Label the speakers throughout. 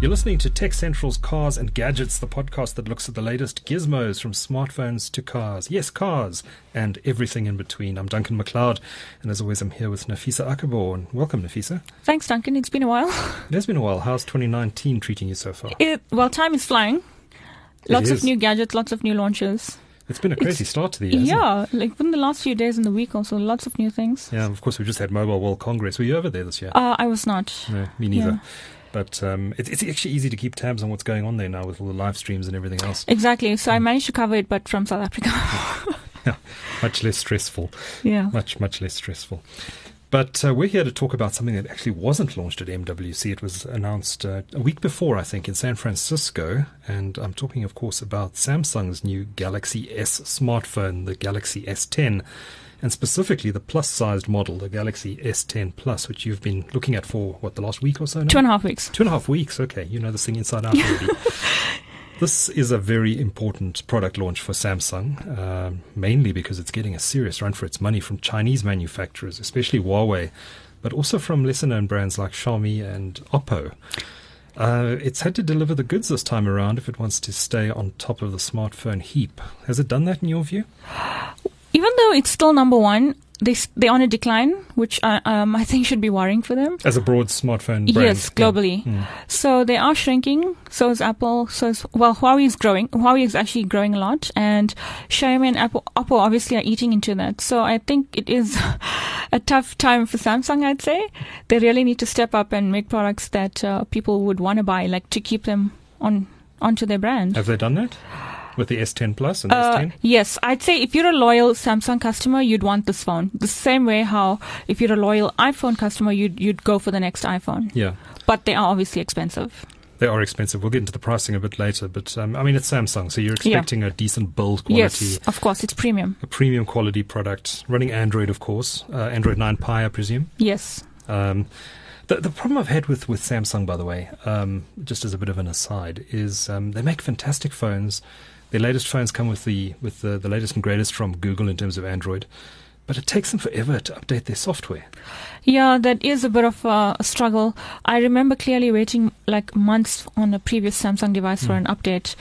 Speaker 1: You're listening to Tech Central's Cars and Gadgets, the podcast that looks at the latest gizmos from smartphones to cars. Yes, cars and everything in between. I'm Duncan McLeod, and as always, I'm here with Nafisa Akabor. And welcome, Nafisa.
Speaker 2: Thanks, Duncan. It's been a while.
Speaker 1: It has been a while. How's 2019 treating you so far?
Speaker 2: It, well, time is flying. Lots
Speaker 1: is.
Speaker 2: of new gadgets, lots of new launches.
Speaker 1: It's been a crazy start to the year. hasn't it?
Speaker 2: yeah, like in the last few days in the week, also lots of new things.
Speaker 1: Yeah, and of course, we just had Mobile World Congress. Were you over there this year?
Speaker 2: Uh, I was not.
Speaker 1: no, me neither.
Speaker 2: yeah.
Speaker 1: But um, it's, it's actually easy to keep tabs on what's going on there now with all the live streams and everything else.
Speaker 2: Exactly.
Speaker 1: Mm.
Speaker 2: So I managed to cover it, but from South Africa.
Speaker 1: Much less stressful.
Speaker 2: yeah.
Speaker 1: much much less stressful. But uh, we're here to talk about something that actually wasn't launched at MWC. It was announced uh, a week before, I think, in San Francisco. And I'm talking, of course, about Samsung's new Galaxy S smartphone, the Galaxy S10, and specifically the plus sized model, the Galaxy S10 Plus, which you've been looking at for, what, the last week or so now?
Speaker 2: Two and a half weeks.
Speaker 1: Two and a half weeks. Okay, you know this thing inside out already. this is a very important product launch for Samsung, um, mainly because it's getting a serious run for its money from Chinese manufacturers, especially Huawei, but also from lesser-known brands like Xiaomi and Oppo. Uh, it's had to deliver the goods this time around if it wants to stay on top of the smartphone heap. Has it done that in your view?
Speaker 2: Even though it's still number one, they, s- they're on a decline, which I, um, I think should be worrying for them.
Speaker 1: As a broad smartphone brand,
Speaker 2: Yes,
Speaker 1: yeah. Hmm.
Speaker 2: globally. So they are shrinking. So is Apple. So is, well, Huawei is growing. Huawei is actually growing a lot, and Xiaomi and Apple, Apple obviously are eating into that. So I think it is a tough time for Samsung. I'd say they really need to step up and make products that uh, people would want to buy, like to keep them on onto their brand.
Speaker 1: Have they done that with the S10 Plus and
Speaker 2: Uh,
Speaker 1: S10?
Speaker 2: yes, I'd say if you're a loyal Samsung customer, you'd want this phone. The same way how if you're a loyal iPhone customer, you'd you'd go for the next iPhone.
Speaker 1: Yeah.
Speaker 2: But they are obviously expensive.
Speaker 1: They are expensive. We'll get into the pricing a bit later, but um, I mean it's Samsung, so you're
Speaker 2: Yeah.
Speaker 1: expecting a decent build quality,
Speaker 2: Yes, of course, it's premium.
Speaker 1: a premium quality product running Android, of course, uh, Android 9 Pi, I presume.
Speaker 2: Yes.
Speaker 1: Um, the, the problem I've had with, with Samsung, by the way, um, just as a bit of an aside, is um, they make fantastic phones. Their latest phones come with the with the, the latest and greatest from Google in terms of Android, but it takes them forever to update their software.
Speaker 2: Yeah, that is a bit of uh, a struggle. I remember clearly waiting like months on a previous Samsung device for an update.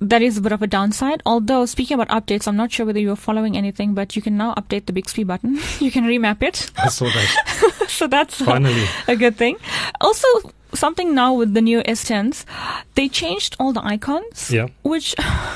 Speaker 2: That is a bit of a downside. Although, speaking about updates, I'm not sure whether you're following anything, but you can now update the Bixby button. you can remap it.
Speaker 1: I saw that
Speaker 2: so that's a,
Speaker 1: finally.
Speaker 2: a good thing. Also, something now with the new S10s, they changed all the icons.
Speaker 1: Yeah.
Speaker 2: which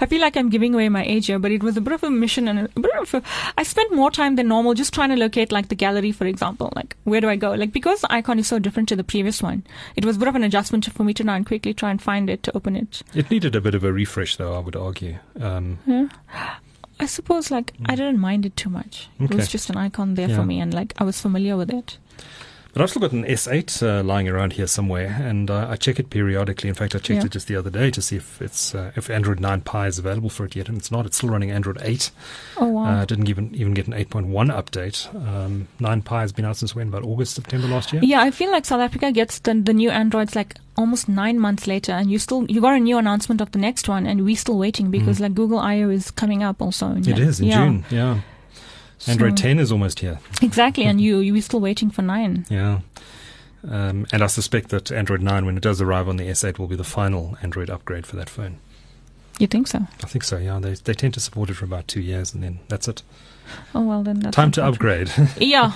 Speaker 2: I feel like I'm giving away my age here, but it was a bit of a mission and a bit of a, I spent more time than normal just trying to locate like the gallery, for example, like where do I go? Like because the icon is so different to the previous one, it was a bit of an adjustment for me to now and quickly try and find it to open it.
Speaker 1: It needed a bit of a refresh, though. I would argue. Um,
Speaker 2: I suppose like I didn't mind it too much. It was
Speaker 1: Okay.
Speaker 2: just an icon there
Speaker 1: Yeah.
Speaker 2: for me, and like I was familiar with it.
Speaker 1: But I've still got an S8 uh, lying around here somewhere, and uh, I check it periodically. In fact, I checked
Speaker 2: Yeah.
Speaker 1: it just the other day to see if it's uh, if Android 9 Pi is available for it yet, and it's not. It's still running Android 8.
Speaker 2: Oh wow.
Speaker 1: Uh, didn't even even get an 8.1 update. Um, 9 Pi has been out since when? About August, September last year.
Speaker 2: Yeah, I feel like South Africa gets the, the new androids like almost nine months later, and you still you got a new announcement of the next one, and we're still waiting because like Google I/O is coming up also. In
Speaker 1: Mm. It
Speaker 2: like-
Speaker 1: is in
Speaker 2: yeah.
Speaker 1: June. Yeah, Android Mm-hmm.
Speaker 2: So-
Speaker 1: 10 is almost here.
Speaker 2: Exactly, and you you were still waiting for nine.
Speaker 1: Yeah. Um, and I suspect that Android 9, when it does arrive on the S8, will be the final Android upgrade for that phone.
Speaker 2: You think so?
Speaker 1: I think so, yeah. They, they tend to support it for about two years, and then that's it.
Speaker 2: Oh well, then that's
Speaker 1: Time to upgrade.
Speaker 2: Yeah,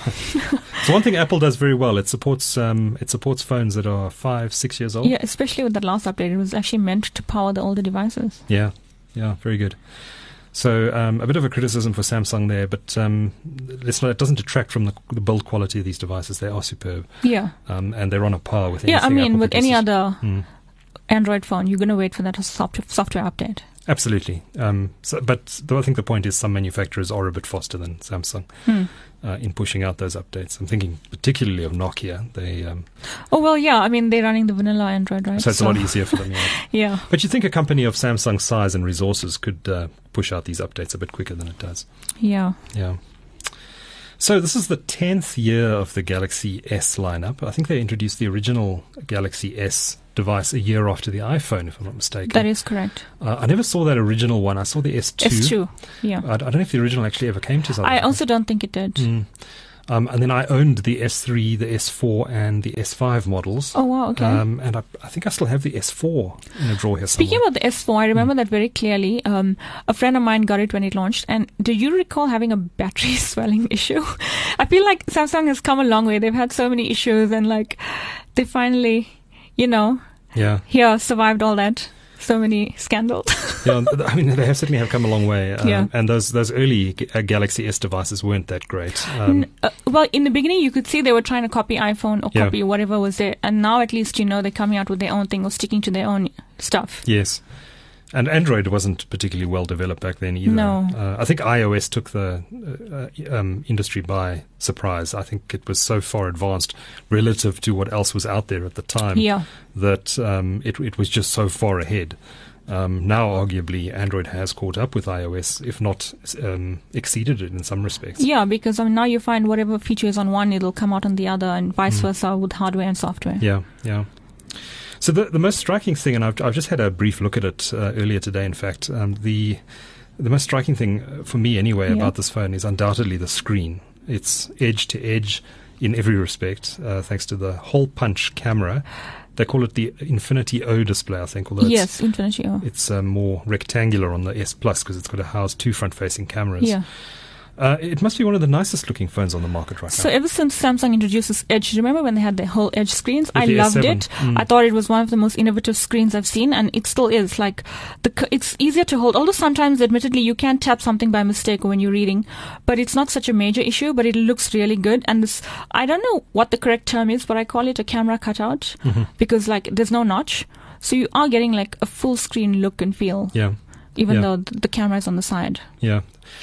Speaker 1: So one thing Apple does very well, it supports um, it supports phones that are five, six years old.
Speaker 2: yeah. Especially with that last update, it was actually meant to power the older devices.
Speaker 1: yeah, yeah, very good. So um, a bit of a criticism for Samsung there, but um, it's not, it doesn't detract from the, the build quality of these devices. They are superb,
Speaker 2: Yeah,
Speaker 1: um, and they're on a par with
Speaker 2: yeah. I
Speaker 1: anything
Speaker 2: mean,
Speaker 1: Apple
Speaker 2: with any
Speaker 1: produces.
Speaker 2: other
Speaker 1: Mm.
Speaker 2: Android phone, you're gonna wait for that software software update.
Speaker 1: Absolutely. Um, so, but though I think the point is some manufacturers are a bit faster than Samsung
Speaker 2: Hmm.
Speaker 1: uh, in pushing out those updates. I'm thinking particularly of Nokia. They um,
Speaker 2: Oh well, yeah. I mean, they're running the vanilla Android, right?
Speaker 1: so it's a lot easier for them. Yeah.
Speaker 2: yeah.
Speaker 1: But you think a company of Samsung's size and resources could uh, push out these updates a bit quicker than it does?
Speaker 2: Yeah.
Speaker 1: Yeah. So this is the tenth year of the Galaxy S lineup. I think they introduced the original Galaxy S device a year after the iPhone, if I'm not mistaken.
Speaker 2: That is correct.
Speaker 1: uh, I never saw that original one. I saw the S2.
Speaker 2: It's true. Yeah.
Speaker 1: I, I don't know if the original actually ever came to South
Speaker 2: I
Speaker 1: Africa.
Speaker 2: also don't think it did.
Speaker 1: Oh, Mm. Um, and then I owned the S3, the S4, and the S5 models.
Speaker 2: Oh, wow, okay.
Speaker 1: Um, and I, I think I still have the S4 in a drawer here somewhere.
Speaker 2: Speaking about the S4, I remember
Speaker 1: Mm.
Speaker 2: that very clearly. Um, a friend of mine got it when it launched. And do you recall having a battery swelling issue? I feel like Samsung has come a long way. They've had so many issues and like they finally, you know,
Speaker 1: yeah.
Speaker 2: here survived all that. So many scandals.
Speaker 1: yeah, I mean, they have certainly have come a long way. Um,
Speaker 2: Yeah.
Speaker 1: And those those early G- uh, Galaxy S devices weren't that great. Um,
Speaker 2: N- uh, well, in the beginning, you could see they were trying to copy iPhone or
Speaker 1: Yeah.
Speaker 2: copy whatever was there. And now at least you know they're coming out with their own thing or sticking to their own stuff.
Speaker 1: Yes. And Android wasn't particularly well developed back then either.
Speaker 2: No.
Speaker 1: Uh, I think iOS took the uh, uh, um, industry by surprise. I think it was so far advanced relative to what else was out there at the time
Speaker 2: yeah.
Speaker 1: that um, it, it was just so far ahead. Um, now, arguably, Android has caught up with iOS, if not um, exceeded it in some respects.
Speaker 2: Yeah, because I mean, now you find whatever feature is on one, it'll come out on the other, and vice
Speaker 1: Mm.
Speaker 2: versa with hardware and software.
Speaker 1: Yeah, yeah. So the the most striking thing, and I've I've just had a brief look at it uh, earlier today. In fact, um, the the most striking thing uh, for me, anyway,
Speaker 2: Yeah.
Speaker 1: about this phone is undoubtedly the screen. It's edge to edge in every respect, uh, thanks to the hole punch camera. They call it the Infinity O display, I think. Although it's,
Speaker 2: yes, Infinity O.
Speaker 1: it's uh, more rectangular on the S Plus because it's got to house two front facing cameras.
Speaker 2: Yeah.
Speaker 1: Uh, it must be one of the nicest looking phones on the market right
Speaker 2: So
Speaker 1: now.
Speaker 2: ever since Samsung introduced this Edge, remember when they had the whole Edge screens? I
Speaker 1: With the
Speaker 2: loved
Speaker 1: S7.
Speaker 2: it.
Speaker 1: Mm.
Speaker 2: I thought it was one of the most innovative screens I've seen, and it still is. Like, the c- it's easier to hold. Although sometimes, admittedly, you can tap something by mistake when you're reading, but it's not such a major issue. But it looks really good, and this I don't know what the correct term is, but I call it a camera cutout
Speaker 1: Mm-hmm.
Speaker 2: because like there's no notch, so you are getting like a full screen look and feel,
Speaker 1: Yeah.
Speaker 2: even
Speaker 1: Yeah.
Speaker 2: though th- the camera is on the side.
Speaker 1: Yeah.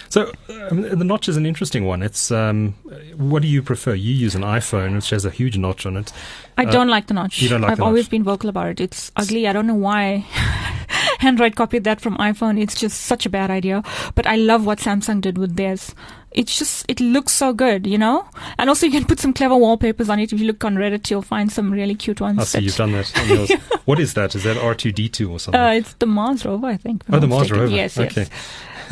Speaker 1: So um, the notch is an interesting one. It's um, what do you prefer? You use an iPhone, which has a huge notch on it.
Speaker 2: I
Speaker 1: Uh,
Speaker 2: don't like the notch.
Speaker 1: you don't like
Speaker 2: I've
Speaker 1: the notch.
Speaker 2: always been vocal about it. It's ugly. I don't know why Android copied that from iPhone. It's just such a bad idea. But I love what Samsung did with theirs. It's just it looks so good, you know. And also you can put some clever wallpapers on it. If you look on Reddit, you'll find some really cute ones.
Speaker 1: I see
Speaker 2: that-
Speaker 1: you've done that. on yours. What is that? Is that R two D two or something?
Speaker 2: uh, it's the Mars rover, I think. if I'm
Speaker 1: oh, the
Speaker 2: not
Speaker 1: Mars
Speaker 2: mistaken.
Speaker 1: rover.
Speaker 2: Yes, yes.
Speaker 1: okay.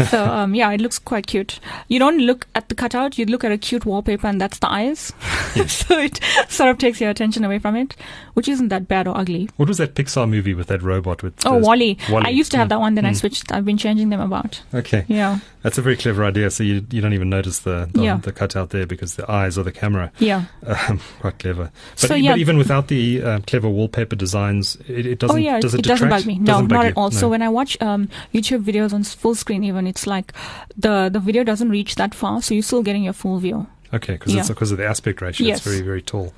Speaker 2: so um, yeah, it looks quite cute. You don't look at the cutout; you look at a cute wallpaper, and that's the eyes. so it sort of takes your attention away from it, which isn't that bad or ugly.
Speaker 1: What was that Pixar movie with that robot with?
Speaker 2: Oh,
Speaker 1: those-
Speaker 2: Wally.
Speaker 1: Wall-E.
Speaker 2: I used to have
Speaker 1: Mm.
Speaker 2: that one, then I
Speaker 1: Mm.
Speaker 2: switched. I've been changing them about.
Speaker 1: Okay,
Speaker 2: Yeah,
Speaker 1: that's a very clever idea. So you you don't even notice the the,
Speaker 2: Yeah.
Speaker 1: the cutout there because the eyes are the camera.
Speaker 2: yeah.
Speaker 1: Um, quite clever. But,
Speaker 2: So,
Speaker 1: e-
Speaker 2: yeah.
Speaker 1: but even without the uh, clever wallpaper designs, it, it doesn't.
Speaker 2: oh, yeah.
Speaker 1: does it,
Speaker 2: doesn't
Speaker 1: detract?
Speaker 2: bug me. No,
Speaker 1: Doesn't bug
Speaker 2: not
Speaker 1: you?
Speaker 2: at all.
Speaker 1: No.
Speaker 2: So when I watch um, YouTube videos on s- full screen, even it's like the the video doesn't reach that far, so you're still getting your full view.
Speaker 1: Okay, because it's
Speaker 2: Yeah.
Speaker 1: because of the aspect ratio.
Speaker 2: Yes.
Speaker 1: It's very, very tall.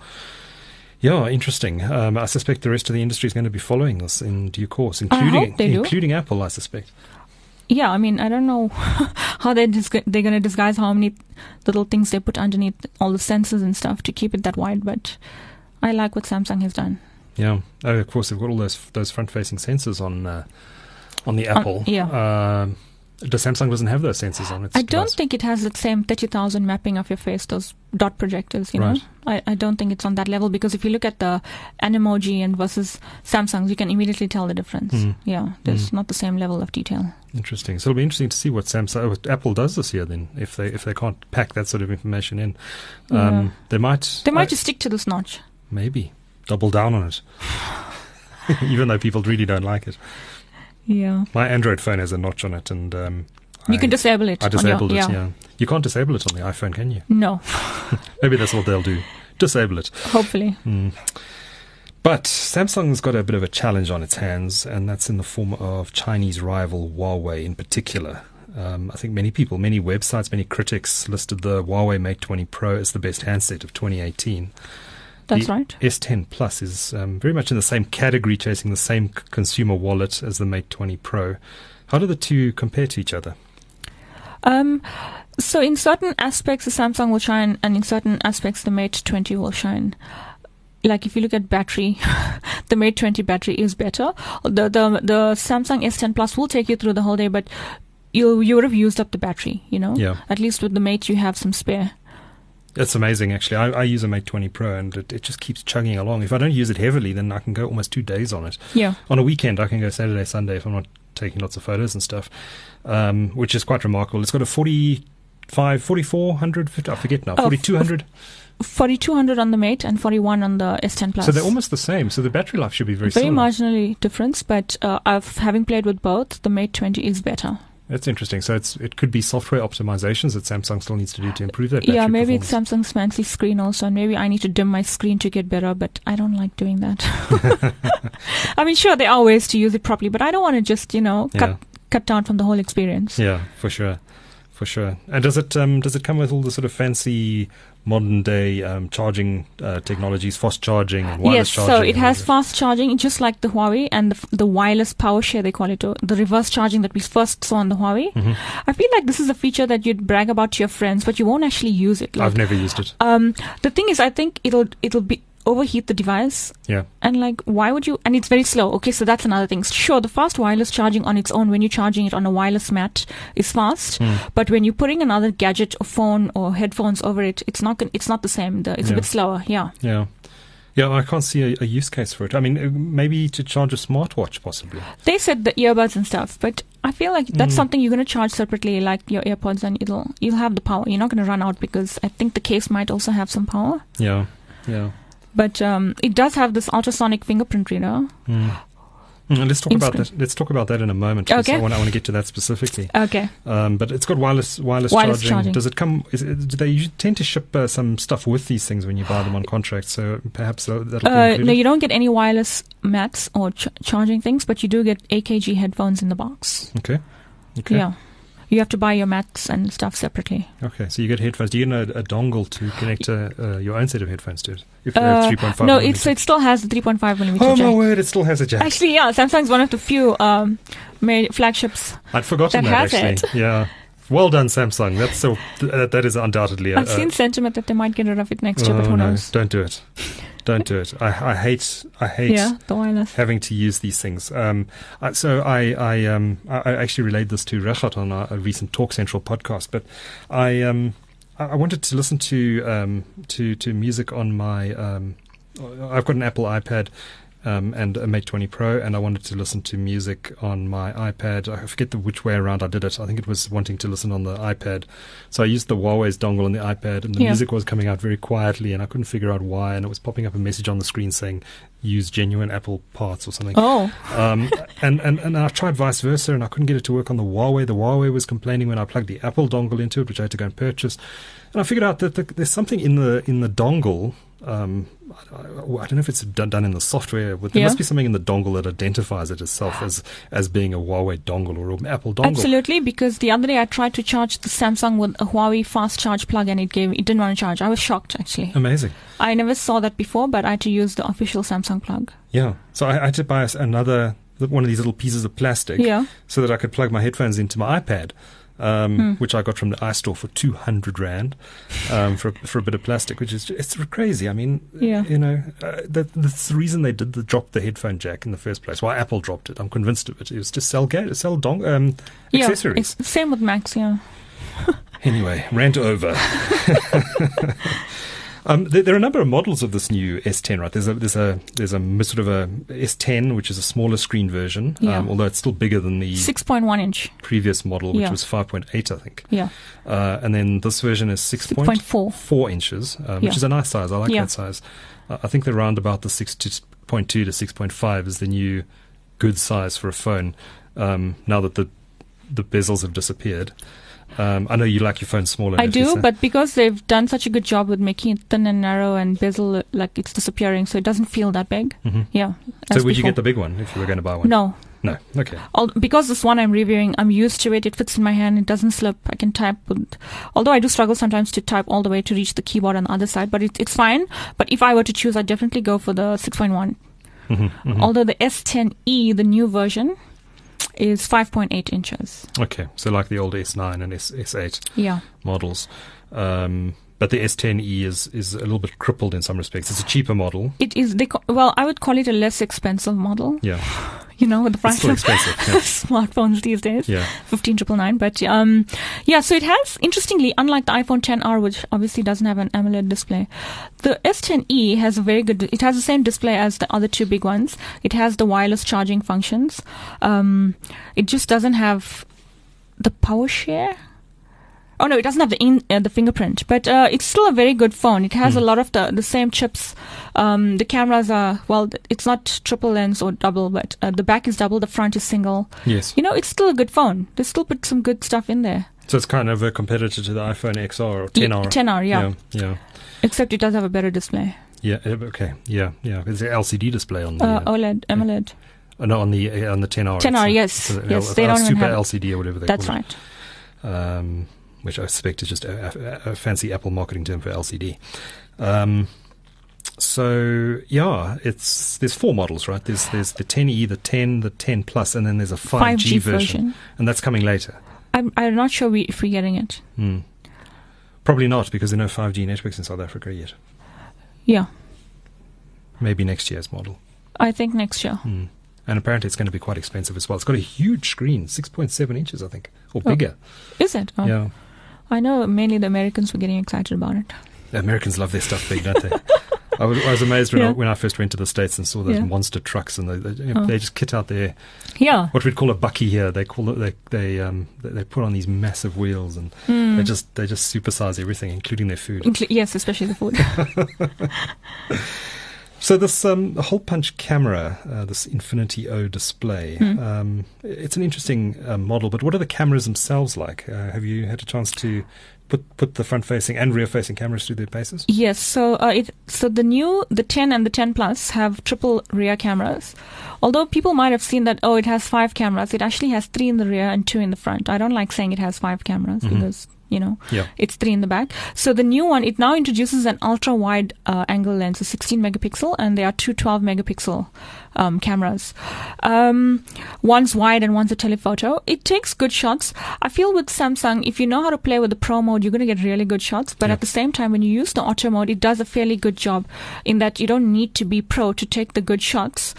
Speaker 1: Yeah, interesting. Um, I suspect the rest of the industry is going to be following this in due course,
Speaker 2: I hope
Speaker 1: including
Speaker 2: they do.
Speaker 1: including Apple. I suspect.
Speaker 2: Yeah, I mean, I don't know how they disgu- they're gonna disguise how many little things they put underneath all the sensors and stuff to keep it that wide, but. I like what Samsung has done.
Speaker 1: Yeah. Oh, of course, they've got all those those front facing sensors on uh, on the
Speaker 2: On-
Speaker 1: Apple. yeah. Um, the Samsung doesn't have those sensors on its
Speaker 2: I don't
Speaker 1: device.
Speaker 2: think it has that same 30,000 mapping of your face, those dot projectors, you
Speaker 1: Right.
Speaker 2: know? I, I don't think it's on that level because if you look at the Animoji and versus Samsung's, you can immediately tell the difference.
Speaker 1: Mm.
Speaker 2: Yeah, there's
Speaker 1: Mm.
Speaker 2: not the same level of detail.
Speaker 1: Interesting. So it'll be interesting to see what Samsung, what Apple does this year. Then, if they if they can't pack that sort of information in, um,
Speaker 2: Yeah.
Speaker 1: they might
Speaker 2: They might
Speaker 1: I-
Speaker 2: just stick to this notch.
Speaker 1: maybe double down on it, even though people really don't like it.
Speaker 2: Yeah.
Speaker 1: My Android phone has a notch on it, and um,
Speaker 2: you
Speaker 1: I,
Speaker 2: can disable it.
Speaker 1: I
Speaker 2: on your-
Speaker 1: disabled it. Yeah. you can't disable it on the iPhone, can you?
Speaker 2: No,
Speaker 1: Maybe that's what they'll do. Disable it.
Speaker 2: hopefully.
Speaker 1: Hmm. But Samsung's got a bit of a challenge on its hands, and that's in the form of Chinese rival Huawei in particular. Um, I think many people, many websites, many critics listed the Huawei Mate 20 Pro as the best handset of 2018.
Speaker 2: That's
Speaker 1: The
Speaker 2: right.
Speaker 1: S10 Plus is um, very much in the same category, chasing the same c- consumer wallet as the Mate 20 Pro. How do the two compare to each other?
Speaker 2: Um, so in certain aspects, the Samsung will shine, and in certain aspects, the Mate 20 will shine. Like if you look at battery, the Mate 20 battery is better. The the the Samsung S10 Plus will take you through the whole day, but you you would have used up the battery, you know.
Speaker 1: Yeah.
Speaker 2: At least with the Mate, you have some spare.
Speaker 1: It's amazing, actually. I, I use a Mate 20 Pro and it, it just keeps chugging along. If I don't use it heavily, then I can go almost two days on it.
Speaker 2: Yeah.
Speaker 1: On a weekend, I can go Saturday, Sunday if I'm not taking lots of photos and stuff, um, which is quite remarkable. It's got a 40 five, 4400, 50, I forget
Speaker 2: Oh,
Speaker 1: now, 4200.
Speaker 2: 4200 on the Mate and 41 on the S10 Plus.
Speaker 1: So they're almost the same. So the battery life should be very,
Speaker 2: very
Speaker 1: similar.
Speaker 2: marginally difference, but uh, I've, having played with both, the Mate 20 is better.
Speaker 1: That's interesting. So it's it could be software optimizations that Samsung still needs to do to improve that.
Speaker 2: yeah,
Speaker 1: battery
Speaker 2: maybe it's
Speaker 1: performance.
Speaker 2: Samsung's fancy screen also, and maybe I need to dim my screen to get better, but I don't like doing that. I mean, sure, there are ways to use it properly, but I don't want to just, you know, cut, cut down from the whole experience.
Speaker 1: Yeah, for sure, for sure. And does it um, does it come with all the sort of fancy modern day um, charging uh, technologies, fast charging and wireless
Speaker 2: yes,
Speaker 1: charging?
Speaker 2: so it
Speaker 1: and
Speaker 2: has
Speaker 1: all
Speaker 2: fast charging, just like the Huawei and the, f- the wireless power share, they call it, or the reverse charging that we first saw on the Huawei.
Speaker 1: that? Mhm.
Speaker 2: I feel like this is a feature that you'd brag about to your friends, but you won't actually use it. Like,
Speaker 1: I've never used it.
Speaker 2: um, the thing is, I think it'll it'll be overheat the device.
Speaker 1: Yeah.
Speaker 2: And like, why would you? And it's very slow. Okay, so that's another thing. Sure, the fast wireless charging on its own, when you're charging it on a wireless mat, is fast.
Speaker 1: Hmm.
Speaker 2: But when you're putting another gadget or phone or headphones over it, it's not gon- it's not the same. The, it's
Speaker 1: Yeah.
Speaker 2: a bit slower. Yeah.
Speaker 1: Yeah. Yeah, I can't see a, a use case for it. I mean, uh, maybe to charge a smartwatch, possibly.
Speaker 2: They said the earbuds and stuff, but I feel like that's
Speaker 1: Mm.
Speaker 2: something you're gonna charge separately, like your AirPods, and it'll you'll have the power. You're not gonna run out because I think the case might also have some power.
Speaker 1: Yeah, yeah.
Speaker 2: But um, it does have this ultrasonic fingerprint reader.
Speaker 1: Mm. Mm, Let's talk
Speaker 2: In
Speaker 1: about
Speaker 2: screen.
Speaker 1: that. Let's talk about that in a moment. because
Speaker 2: Okay.
Speaker 1: I want, I want to get to that specifically.
Speaker 2: Okay.
Speaker 1: Um, but it's got wireless wireless,
Speaker 2: Wireless
Speaker 1: charging.
Speaker 2: charging.
Speaker 1: Does it come? Is it, do they usually tend to ship uh, some stuff with these things when you buy them on contract? So perhaps that'll, that'll be
Speaker 2: Uh,
Speaker 1: included.
Speaker 2: no, you don't get any wireless mats or ch- charging things, but you do get AKG headphones in the box.
Speaker 1: okay. Okay.
Speaker 2: Yeah. You have to buy your mats and stuff separately.
Speaker 1: Okay. So you get headphones. Do you know a dongle to connect uh, uh, your own set of headphones to? it? If they have
Speaker 2: Uh,
Speaker 1: 3.5
Speaker 2: no,
Speaker 1: millimeter.
Speaker 2: it's, it still has the 3.5 millimeter
Speaker 1: oh my
Speaker 2: jack.
Speaker 1: word! It still has a jack.
Speaker 2: Actually, yeah, Samsung's one of the few um, made flagships.
Speaker 1: I'd forgotten
Speaker 2: that
Speaker 1: that,
Speaker 2: has
Speaker 1: actually. Yeah. Well done, Samsung. That's so. Th- that- that is undoubtedly. A,
Speaker 2: I've seen sentiment that they might get rid of it next year, but
Speaker 1: uh, oh,
Speaker 2: who
Speaker 1: no.
Speaker 2: knows?
Speaker 1: Don't do it. Don't do it. I, I hate. I hate.
Speaker 2: Yeah, the wireless.
Speaker 1: having to use these things. Um, I- so I I, um, I I actually relayed this to Rechat on a, a recent Talk Central podcast, but I um, I I wanted to listen to um, to to music on my um, I've got an Apple iPad. Um, and a Mate 20 Pro, and I wanted to listen to music on my iPad. I forget the, which way around I did it. I think it was wanting to listen on the iPad. So I used the Huawei's dongle on the iPad, and the
Speaker 2: Yeah.
Speaker 1: music was coming out very quietly, and I couldn't figure out why. And it was popping up a message on the screen saying, use genuine Apple parts or something.
Speaker 2: Oh,
Speaker 1: Um, and, and, and I tried vice versa, and I couldn't get it to work on the Huawei. The Huawei was complaining when I plugged the Apple dongle into it, which I had to go and purchase. And I figured out that the, there's something in the in the dongle. Um, I, I- I don't know if it's done, done in the software, but there
Speaker 2: Yeah.
Speaker 1: must be something in the dongle that identifies it itself as as being a Huawei dongle or an Apple dongle.
Speaker 2: absolutely. Because the other day I tried to charge the Samsung with a Huawei fast charge plug, and it gave it didn't want to charge. I was shocked actually.
Speaker 1: Amazing.
Speaker 2: I never saw that before, but I had to use the official Samsung plug.
Speaker 1: Yeah. So I, I had to buy us another one of these little pieces of plastic.
Speaker 2: Yeah.
Speaker 1: so that I could plug my headphones into my iPad, um,
Speaker 2: Hmm.
Speaker 1: which I got from the iStore for two hundred rand um, for for a bit of plastic, which is it's crazy. I mean,
Speaker 2: Yeah.
Speaker 1: you know, uh, that, that's the reason they did the drop the headphone jack in the first place. Why Apple dropped it? I'm convinced of it. It was to sell ga- sell dong um,
Speaker 2: Yeah,
Speaker 1: accessories.
Speaker 2: it's same with Max, yeah.
Speaker 1: Anyway, rant over. Um, there, there are a number of models of this new S10, right? There's a there's a there's a m- sort of a S10, which is a smaller screen version,
Speaker 2: Yeah.
Speaker 1: um, although it's still bigger than the
Speaker 2: 6.1 inch.
Speaker 1: previous model, which
Speaker 2: Yeah.
Speaker 1: was 5.8, I think.
Speaker 2: Yeah.
Speaker 1: Uh, and then this version is 6.4
Speaker 2: 6.4.
Speaker 1: inches, um,
Speaker 2: Yeah.
Speaker 1: which is a nice size. I like
Speaker 2: Yeah.
Speaker 1: that size. Uh, I think they're around about the 6.2 to 6.5 is the new good size for a phone um, now that the, the bezels have disappeared. Um, I know you like your phone smaller.
Speaker 2: I do,
Speaker 1: Nafisa.
Speaker 2: but because they've done such a good job with making it thin and narrow and bezel, like it's disappearing, so it doesn't feel that big.
Speaker 1: Mhm.
Speaker 2: Yeah.
Speaker 1: So
Speaker 2: as
Speaker 1: would you get the
Speaker 2: before.
Speaker 1: big one if you were going to buy one?
Speaker 2: No.
Speaker 1: No. Okay.
Speaker 2: Al- Because this one I'm reviewing, I'm used to it. It fits in my hand. It doesn't slip. I can type. With, although I do struggle sometimes to type all the way to reach the keyboard on the other side, but it, it's fine. But if I were to choose, I'd definitely go for the 6.1.
Speaker 1: Mhm, mhm.
Speaker 2: Although the S10e, the new version, is 5.8 inches.
Speaker 1: Okay. So like the old S9 and S- S8.
Speaker 2: Yeah.
Speaker 1: models. Um, but the S10e is is a little bit crippled in some respects. It's a cheaper model.
Speaker 2: It is they ca- well, I would call it a less expensive model.
Speaker 1: Yeah,
Speaker 2: You know, with the
Speaker 1: it's
Speaker 2: price
Speaker 1: still
Speaker 2: of
Speaker 1: expensive. Yeah.
Speaker 2: smartphones these days,
Speaker 1: Yeah.
Speaker 2: fifteen triple nine. But um, yeah, so it has interestingly, unlike the iPhone 10R, which obviously doesn't have an AMOLED display, the S10e has a very good. It has the same display as the other two big ones. It has the wireless charging functions. Um, it just doesn't have the power share. Oh no, it doesn't have the in, uh, the fingerprint, but uh, it's still a very good phone. It has a lot of the, the same chips. Um, the cameras are well, th- it's not triple lens or double, but uh, the back is double, the front is single.
Speaker 1: Yes.
Speaker 2: You know, it's still a good phone. They still put some good stuff in there.
Speaker 1: So it's kind of a competitor to the iPhone XR or
Speaker 2: Y-
Speaker 1: 10R.
Speaker 2: 10R, yeah.
Speaker 1: Yeah. Yeah.
Speaker 2: Except it does have a better display.
Speaker 1: Yeah, eh, Okay. Yeah. Yeah. It's an LCD display on the
Speaker 2: Uh,
Speaker 1: uh,
Speaker 2: OLED, AMOLED.
Speaker 1: uh, no on the eh, on the 10R.
Speaker 2: 10R,
Speaker 1: It's
Speaker 2: yes.
Speaker 1: a- it's a-
Speaker 2: Yes,
Speaker 1: a-
Speaker 2: they
Speaker 1: a
Speaker 2: don't even
Speaker 1: super
Speaker 2: have it.
Speaker 1: LCD or whatever they
Speaker 2: That's
Speaker 1: call it.
Speaker 2: right.
Speaker 1: Um, which I suspect is just a, a, a fancy Apple marketing term for LCD. Um, so yeah, it's there's four models, right? There's there's the 10e, the 10, the 10 plus, and then there's a 5G,
Speaker 2: 5G
Speaker 1: version,
Speaker 2: version.
Speaker 1: and that's coming later.
Speaker 2: I'm, I'm not sure we, if we're getting it.
Speaker 1: Hmm. Probably not because there are no 5G networks in South Africa yet.
Speaker 2: Yeah,
Speaker 1: Maybe next year's model.
Speaker 2: I think next year.
Speaker 1: Mm. And apparently it's going to be quite expensive as well. It's got a huge screen, 6.7 inches, I think, or bigger.
Speaker 2: Is it? Oh.
Speaker 1: Yeah.
Speaker 2: I know mainly the Americans were getting excited about it.
Speaker 1: The Americans love their stuff big, don't they? I was, I was amazed when, I,
Speaker 2: Yeah.
Speaker 1: when I first went to the States and saw those
Speaker 2: Yeah.
Speaker 1: monster trucks, and they, they,
Speaker 2: Oh.
Speaker 1: they just kit out their
Speaker 2: Yeah.
Speaker 1: what we'd call a bucky here. They call it they they um they, they put on these massive wheels, and they
Speaker 2: Mm.
Speaker 1: just they just supersize everything, including their food.
Speaker 2: Hmm. Inclu- yes, especially the food.
Speaker 1: So this um, hole punch camera, uh, this Infinity O display,
Speaker 2: Mm.
Speaker 1: um, it's an interesting uh, model. But what are the cameras themselves like? Uh, have you had a chance to put put the front facing and rear facing cameras through their paces?
Speaker 2: Yes, so uh, it so the new the 10 and the 10 plus have triple rear cameras. Although people might have seen that oh it has five cameras, it actually has three in the rear and two in the front. I don't like saying it has five cameras
Speaker 1: Mhm.
Speaker 2: because you know
Speaker 1: Yeah.
Speaker 2: it's three in the back. So the new one it now introduces an ultra wide uh, angle lens, a 16 megapixel, and there are two 12 megapixel um, cameras. Um, one's wide and one's a telephoto. It takes good shots. I feel with Samsung, if you know how to play with the pro mode, you're going to get really good shots. But
Speaker 1: Yeah.
Speaker 2: at the same time, when you use the auto mode, it does a fairly good job in that you don't need to be pro to take the good shots.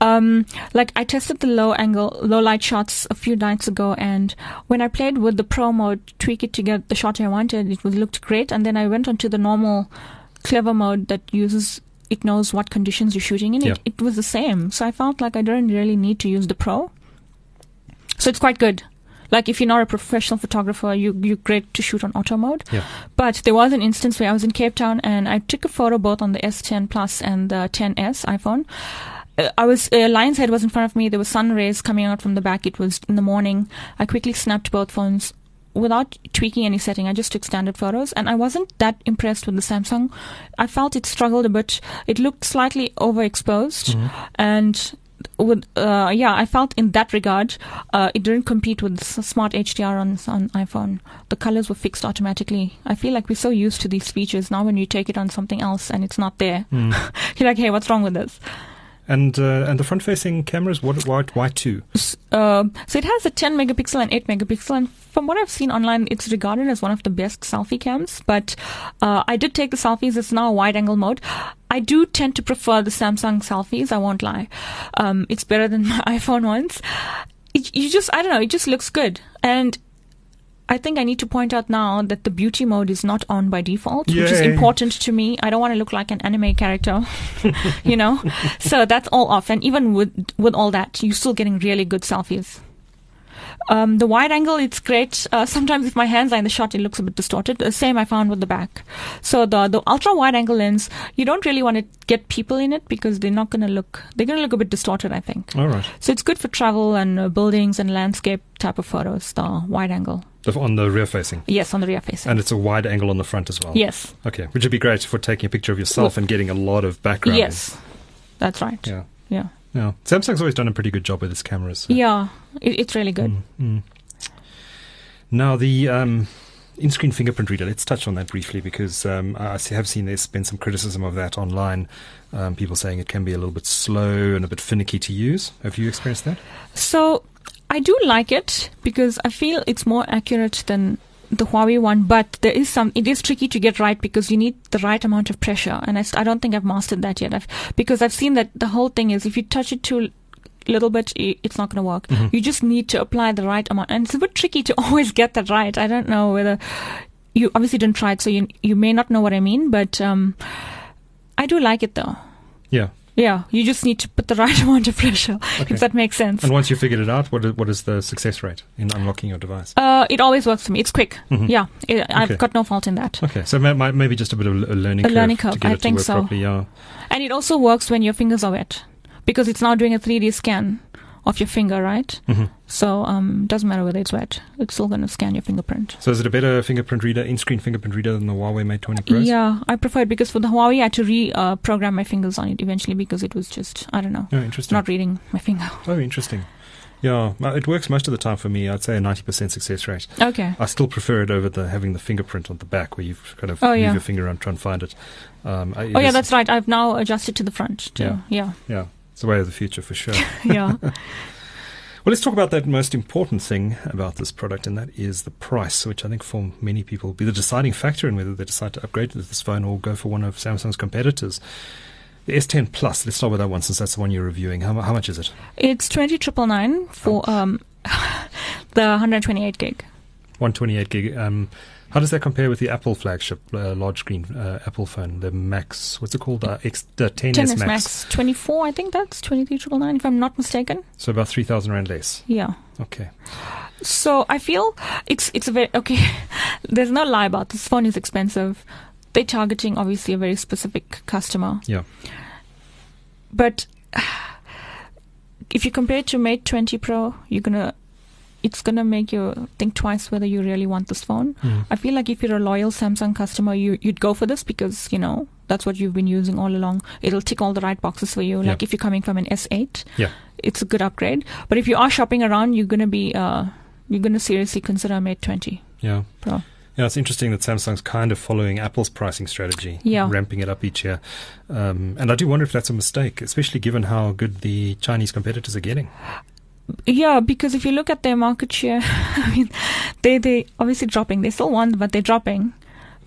Speaker 2: Um, like I tested the low angle, low light shots a few nights ago, and when I played with the pro mode, tweak it to get the shot I wanted, it was looked great. And then I went on to the normal clever mode that uses it knows what conditions you're shooting in.
Speaker 1: Yeah.
Speaker 2: It, it was the same, so I felt like I didn't really need to use the pro. So it's quite good. Like if you're not a professional photographer, you you're great to shoot on auto mode.
Speaker 1: Yeah.
Speaker 2: But there was an instance where I was in Cape Town and I took a photo both on the S10 Plus and the 10s iPhone. Uh, I was uh, Lion's Head was in front of me. There were sun rays coming out from the back. It was in the morning. I quickly snapped both phones without tweaking any setting. I just took standard photos, and I wasn't that impressed with the Samsung. I felt it struggled a bit. It looked slightly overexposed,
Speaker 1: Mm-hmm.
Speaker 2: and with uh, yeah, I felt in that regard uh, it didn't compete with s- smart HDR on on iPhone. The colors were fixed automatically. I feel like we're so used to these features now. When you take it on something else and it's not there,
Speaker 1: Mm.
Speaker 2: you're like, hey, what's wrong with this?
Speaker 1: And uh, and the front facing cameras, what why why two?
Speaker 2: S- um so it has a 10 megapixel and 8 megapixel and from what i've seen online it's regarded as one of the best selfie cams but uh, i did take the selfies it's now a wide angle mode i do tend to prefer the samsung selfies i won't lie um, it's better than my iphone ones it, you just i don't know it just looks good and I think I need to point out now that the beauty mode is not on by default, which is
Speaker 1: Yay.
Speaker 2: important to me. I don't want to look like an anime character, you know. so that's all off, and even with with all that, you're still getting really good selfies. Um, the wide angle, it's great. Uh, sometimes if my hands are in the shot, it looks a bit distorted. The same I found with the back. So the the ultra wide angle lens, you don't really want to get people in it because they're not going to look. They're going to look a bit distorted, I think.
Speaker 1: All right,
Speaker 2: So it's good for travel and uh, buildings and landscape type of photos. The wide angle,
Speaker 1: The- on the rear facing,
Speaker 2: yes, on the rear facing.
Speaker 1: and it's a wide angle on the front as well.
Speaker 2: Yes.
Speaker 1: Okay, which would be great for taking a picture of yourself and getting a lot of background.
Speaker 2: Yes. That's right. Yeah.
Speaker 1: Yeah.
Speaker 2: Yeah.
Speaker 1: Yeah. Samsung's always done a pretty good job with its cameras. so-
Speaker 2: It, it's really good.
Speaker 1: Mm, mm. Now, the um, in screen fingerprint reader, let's touch on that briefly because um, I s- have seen there's been some criticism of that online. Um, people saying it can be a little bit slow and a bit finicky to use. Have you experienced that?
Speaker 2: So I do like it because I feel it's more accurate than the Huawei one, but there is some, it is tricky to get right because you need the right amount of pressure. And I, s- I don't think I've mastered that yet. I've, because I've seen that the whole thing is if you touch it too little bit, i- it's not going to work.
Speaker 1: Mm-hmm.
Speaker 2: You just need to apply the right amount. And it's a bit tricky to always get that right. I don't know whether you obviously didn't try it, so you, you may not know what I mean, but, um, I do like it though.
Speaker 1: Yeah.
Speaker 2: Yeah, you just need to put the right amount of pressure,
Speaker 1: Okay.
Speaker 2: if that makes sense.
Speaker 1: And once you figured it out, what is, what is the success rate in unlocking your device?
Speaker 2: Uh, it always works for me. It's quick.
Speaker 1: Mhm.
Speaker 2: Yeah, it,
Speaker 1: Okay.
Speaker 2: I've got no fault in that.
Speaker 1: Okay, so ma- ma- maybe just a bit of a learning
Speaker 2: A
Speaker 1: curve
Speaker 2: learning
Speaker 1: to
Speaker 2: curve,
Speaker 1: get
Speaker 2: I
Speaker 1: it
Speaker 2: think
Speaker 1: to work
Speaker 2: so.
Speaker 1: properly. Yeah.
Speaker 2: And it also works when your fingers are wet because it's now doing a 3D scan of your finger, right?
Speaker 1: Mhm.
Speaker 2: So um doesn't matter whether it's wet. It's still going to scan your fingerprint.
Speaker 1: So is it a better fingerprint reader, in-screen fingerprint reader than the Huawei Mate 20 Pro?
Speaker 2: Yeah, I prefer it because for the Huawei, I had to reprogram uh, program my fingers on it eventually because it was just, I don't know,
Speaker 1: Oh, interesting.
Speaker 2: not reading my finger.
Speaker 1: oh, interesting. Yeah, mo- it works most of the time for me. I'd say a 90% success rate.
Speaker 2: Okay.
Speaker 1: I still prefer it over the having the fingerprint on the back where you've kind of
Speaker 2: Oh,
Speaker 1: move
Speaker 2: yeah.
Speaker 1: your finger around, try and find it. Um, I- it
Speaker 2: oh, yeah,
Speaker 1: is-
Speaker 2: that's right. I've now adjusted to the front, too. Yeah.
Speaker 1: yeah, it's the way of the future for sure.
Speaker 2: Yeah.
Speaker 1: Well, let's talk about that most important thing about this product, and that is the price, which I think for many people will be the deciding factor in whether they decide to upgrade to this phone or go for one of Samsung's competitors. The S10 Plus, let's start with that one since that's the one you're reviewing. How, mu- how much is it?
Speaker 2: it's 20999 for um, the 128 gig.
Speaker 1: 128 gig. Um, how does that compare with the Apple flagship uh, large screen uh, Apple phone, the Max? What's it called? Uh, X, the 10s,
Speaker 2: 10s
Speaker 1: Max.
Speaker 2: Max 24, I think that's 23999 if I'm not mistaken.
Speaker 1: So about 3,000 Rand less.
Speaker 2: Yeah.
Speaker 1: Okay.
Speaker 2: So I feel it's it's a very okay. There's no lie about this phone is expensive. They're targeting obviously a very specific customer.
Speaker 1: Yeah.
Speaker 2: But if you compare it to Mate 20 Pro, you're gonna it's gonna make you think twice whether you really want this phone.
Speaker 1: Mm.
Speaker 2: I feel like if you're a loyal Samsung customer, you you'd go for this because you know that's what you've been using all along. It'll tick all the right boxes for you.
Speaker 1: Yeah.
Speaker 2: Like if you're coming from an S8,
Speaker 1: Yeah.
Speaker 2: it's a good upgrade. But if you are shopping around, you're gonna be uh, you're gonna seriously consider a Mate 20
Speaker 1: Yeah.
Speaker 2: Pro.
Speaker 1: Yeah, it's interesting that Samsung's kind of following Apple's pricing strategy,
Speaker 2: Yeah.
Speaker 1: ramping it up each year. Um, and I do wonder if that's a mistake, especially given how good the Chinese competitors are getting.
Speaker 2: Yeah, because if you look at their market share, I mean, they they obviously dropping. They still won, but they're dropping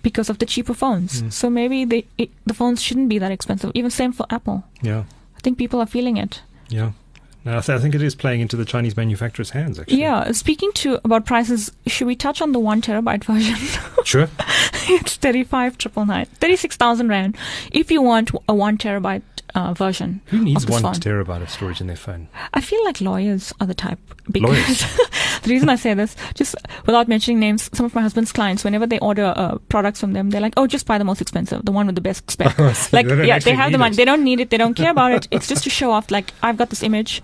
Speaker 2: because of the cheaper phones.
Speaker 1: Mm.
Speaker 2: So maybe they it, the phones shouldn't be that expensive. Even same for Apple.
Speaker 1: Yeah,
Speaker 2: I think people are feeling it.
Speaker 1: yeah. No, I, th- I think it is playing into the Chinese manufacturer's hands, actually.
Speaker 2: Yeah. Speaking to about prices, should we touch on the one terabyte version?
Speaker 1: Sure.
Speaker 2: it's thirty five triple nine, thirty six thousand rand. If you want a one terabyte uh, version,
Speaker 1: Who needs
Speaker 2: Of
Speaker 1: one
Speaker 2: this phone.
Speaker 1: terabyte of storage in their phone?
Speaker 2: I feel like lawyers are the type
Speaker 1: Lawyers.
Speaker 2: because the reason I say this, just without mentioning names, some of my husband's clients, whenever they order uh, products from them, they're like, "Oh, just buy the most expensive, the one with the best spec." like,
Speaker 1: don't
Speaker 2: yeah,
Speaker 1: actually
Speaker 2: they have
Speaker 1: need
Speaker 2: the money.
Speaker 1: it.
Speaker 2: They don't need it. They don't care about it. It's just to show off. Like, I've got this image.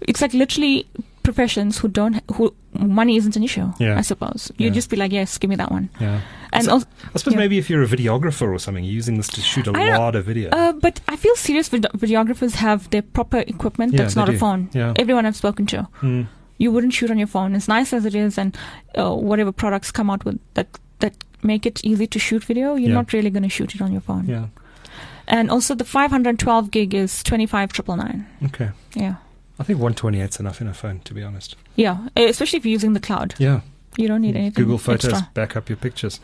Speaker 2: It's like literally professions who don't who money isn't an issue.
Speaker 1: Yeah.
Speaker 2: I suppose you
Speaker 1: Yeah.
Speaker 2: would just be like, "Yes, give me that one."
Speaker 1: Yeah.
Speaker 2: And
Speaker 1: So-
Speaker 2: also,
Speaker 1: I suppose
Speaker 2: Yeah.
Speaker 1: maybe if you're a videographer or something, you're using this to shoot a
Speaker 2: I don't-
Speaker 1: lot of video.
Speaker 2: Uh, but I feel serious vid- videographers have their proper equipment
Speaker 1: Yeah,
Speaker 2: that's
Speaker 1: they
Speaker 2: not
Speaker 1: do.
Speaker 2: a phone.
Speaker 1: Yeah.
Speaker 2: Everyone I've spoken to.
Speaker 1: Mm.
Speaker 2: You wouldn't shoot on your phone, as nice as it is, and uh, whatever products come out with that that make it easy to shoot video. You're
Speaker 1: Yeah.
Speaker 2: not really going to shoot it on your phone.
Speaker 1: Yeah.
Speaker 2: And also, the 512 gig is 25999.
Speaker 1: Okay.
Speaker 2: Yeah,
Speaker 1: I think 128's enough in a phone, to be honest.
Speaker 2: yeah. uh, Especially if you're using the cloud,
Speaker 1: Yeah.
Speaker 2: you don't need anything.
Speaker 1: Hmm. Google Photos,
Speaker 2: extra.
Speaker 1: back up your pictures.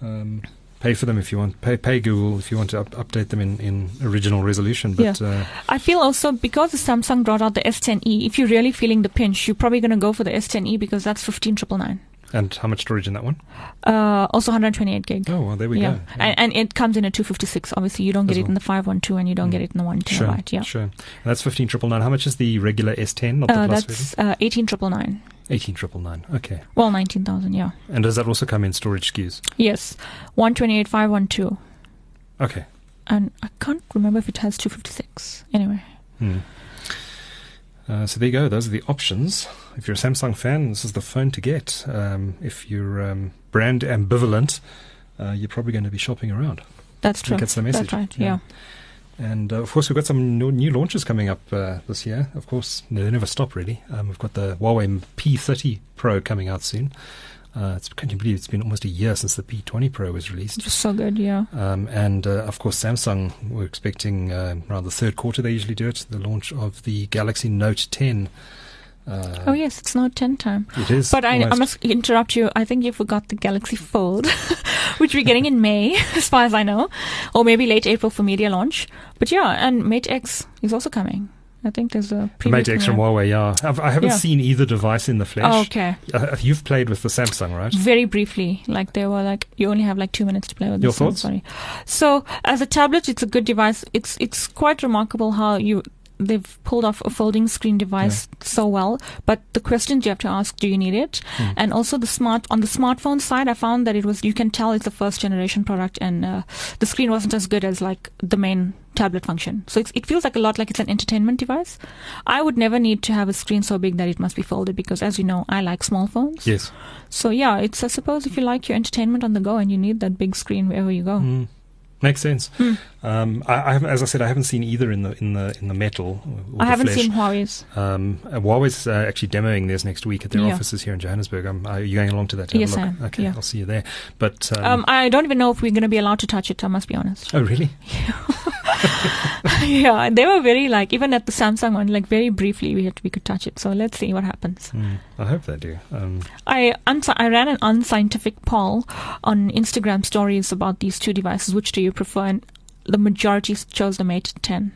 Speaker 1: Um, pay for them if you want. Pay, pay Google if you want to up, update them in, in original resolution. But uh,
Speaker 2: I feel also because Samsung brought out the S10e. If you're really feeling the pinch, you're probably going to go for the S10e because that's 15999.
Speaker 1: and how much storage in that one?
Speaker 2: Uh, also 128 gig.
Speaker 1: Oh well, there we
Speaker 2: yeah.
Speaker 1: go.
Speaker 2: And, and it comes in a 256. Obviously, you don't
Speaker 1: As
Speaker 2: get it
Speaker 1: well.
Speaker 2: in the 512 and you don't
Speaker 1: Mm.
Speaker 2: get it in the 1
Speaker 1: sure,
Speaker 2: terabyte. Yeah.
Speaker 1: sure. And that's fifteen triple nine. How much is the regular S ten? Not the
Speaker 2: Uh,
Speaker 1: plus
Speaker 2: that's uh, 18999.
Speaker 1: eighteen triple nine. Okay.
Speaker 2: Well, 19,000, yeah.
Speaker 1: And does that also come in storage SKUs?
Speaker 2: Yes. 128512.
Speaker 1: Okay.
Speaker 2: And I can't remember if it has 256. Anyway.
Speaker 1: Hmm. Uh, so there you go. Those are the options. If you're a Samsung fan, this is the phone to get. Um, if you're um, brand ambivalent, uh, you're probably going to be shopping around.
Speaker 2: That's
Speaker 1: I
Speaker 2: true.
Speaker 1: think that's the message.
Speaker 2: That's right, yeah.
Speaker 1: And uh, of course, we've got some new, new launches coming up uh, this year. Of course, they never stop really. Um, we've got the Huawei P30 Pro coming out soon. Uh, it's, can you believe it's been almost a year since the P20 Pro was
Speaker 2: It
Speaker 1: released?
Speaker 2: was so good, yeah.
Speaker 1: Um, and uh, of course, Samsung, we're expecting uh, around the third quarter, they usually do it, the launch of the Galaxy Note 10. Uh,
Speaker 2: Oh, yes, it's now 10 time.
Speaker 1: It is.
Speaker 2: But I, I
Speaker 1: almost-
Speaker 2: must interrupt you. I think you forgot the Galaxy Fold, which we're getting in May, as far as I know, or maybe late April for media launch. But yeah, and Mate X is also coming. I think there's a
Speaker 1: Mate X from
Speaker 2: one.
Speaker 1: Huawei, yeah. I've, I haven't
Speaker 2: Yeah.
Speaker 1: seen either device in the flesh.
Speaker 2: Oh, okay.
Speaker 1: Uh, you've played with the Samsung, right?
Speaker 2: Very briefly, like they were like, you only have like two minutes to play with
Speaker 1: Your
Speaker 2: this. I'm
Speaker 1: thoughts?
Speaker 2: Sorry. So as a tablet, it's a good device. It's it's quite remarkable how you they've pulled off a folding screen device so well. But the questions you have to ask: Do you need it?
Speaker 1: Hmm.
Speaker 2: And also the smart on the smartphone side, I found that it was you can tell it's a first generation product, and uh, the screen wasn't as good as like the main tablet function. So it's, it feels like a lot like it's an entertainment device. I would never need to have a screen so big that it must be folded because, as you know, I like small phones.
Speaker 1: Yes.
Speaker 2: So yeah, it's I suppose if you like your entertainment on the go and you need that big screen wherever you go.
Speaker 1: Mm. Makes sense.
Speaker 2: Hmm.
Speaker 1: Um, I, I haven't, as I said, I haven't seen either in the in the in the metal. Or or
Speaker 2: I
Speaker 1: the
Speaker 2: haven't
Speaker 1: flesh.
Speaker 2: seen Huawei's.
Speaker 1: Um, uh, Huawei's uh, actually demoing theirs next week at their
Speaker 2: Yeah.
Speaker 1: offices here in Johannesburg. Um, are you going along to that? to have a
Speaker 2: Yes, I
Speaker 1: look?
Speaker 2: am.
Speaker 1: Okay,
Speaker 2: Yeah.
Speaker 1: I'll see you there. But um,
Speaker 2: Um, I don't even know if we're going to be allowed to touch it. I must be honest.
Speaker 1: oh, really?
Speaker 2: yeah, they were very like even at the Samsung one, like very briefly we had, we could touch it. So let's see what happens.
Speaker 1: Mm, I hope they do. Um,
Speaker 2: I uns- I ran an unscientific poll on Instagram stories about these two devices. Which do you prefer? And the majority chose the Mate 10,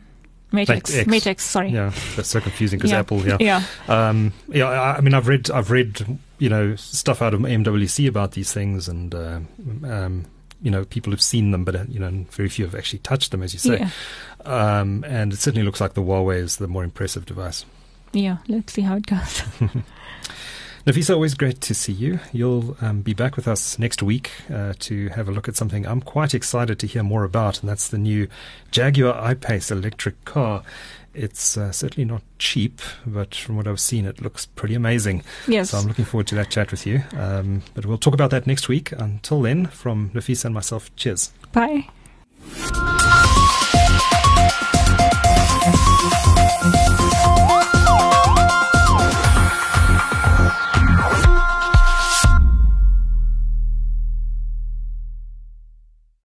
Speaker 2: Mate,
Speaker 1: Mate
Speaker 2: X,
Speaker 1: X.
Speaker 2: Mate X. Sorry.
Speaker 1: yeah, that's so confusing because
Speaker 2: Yeah.
Speaker 1: Apple. Yeah,
Speaker 2: yeah.
Speaker 1: um, yeah. I, I mean, I've read, I've read, you know, stuff out of MWC about these things, and uh, um, you know, people have seen them, but uh, you know, very few have actually touched them, as you say.
Speaker 2: yeah.
Speaker 1: Um, and it certainly looks like the Huawei is the more impressive device.
Speaker 2: Yeah. Let's see how it goes.
Speaker 1: Nafisa, always great to see you. You'll um, be back with us next week uh, to have a look at something I'm quite excited to hear more about, and that's the new Jaguar I-Pace electric car. It's uh, certainly not cheap, but from what I've seen, it looks pretty amazing.
Speaker 2: yes.
Speaker 1: So I'm looking forward to that chat with you. Um, but we'll talk about that next week. Until then, from Nafisa and myself, cheers.
Speaker 2: Bye.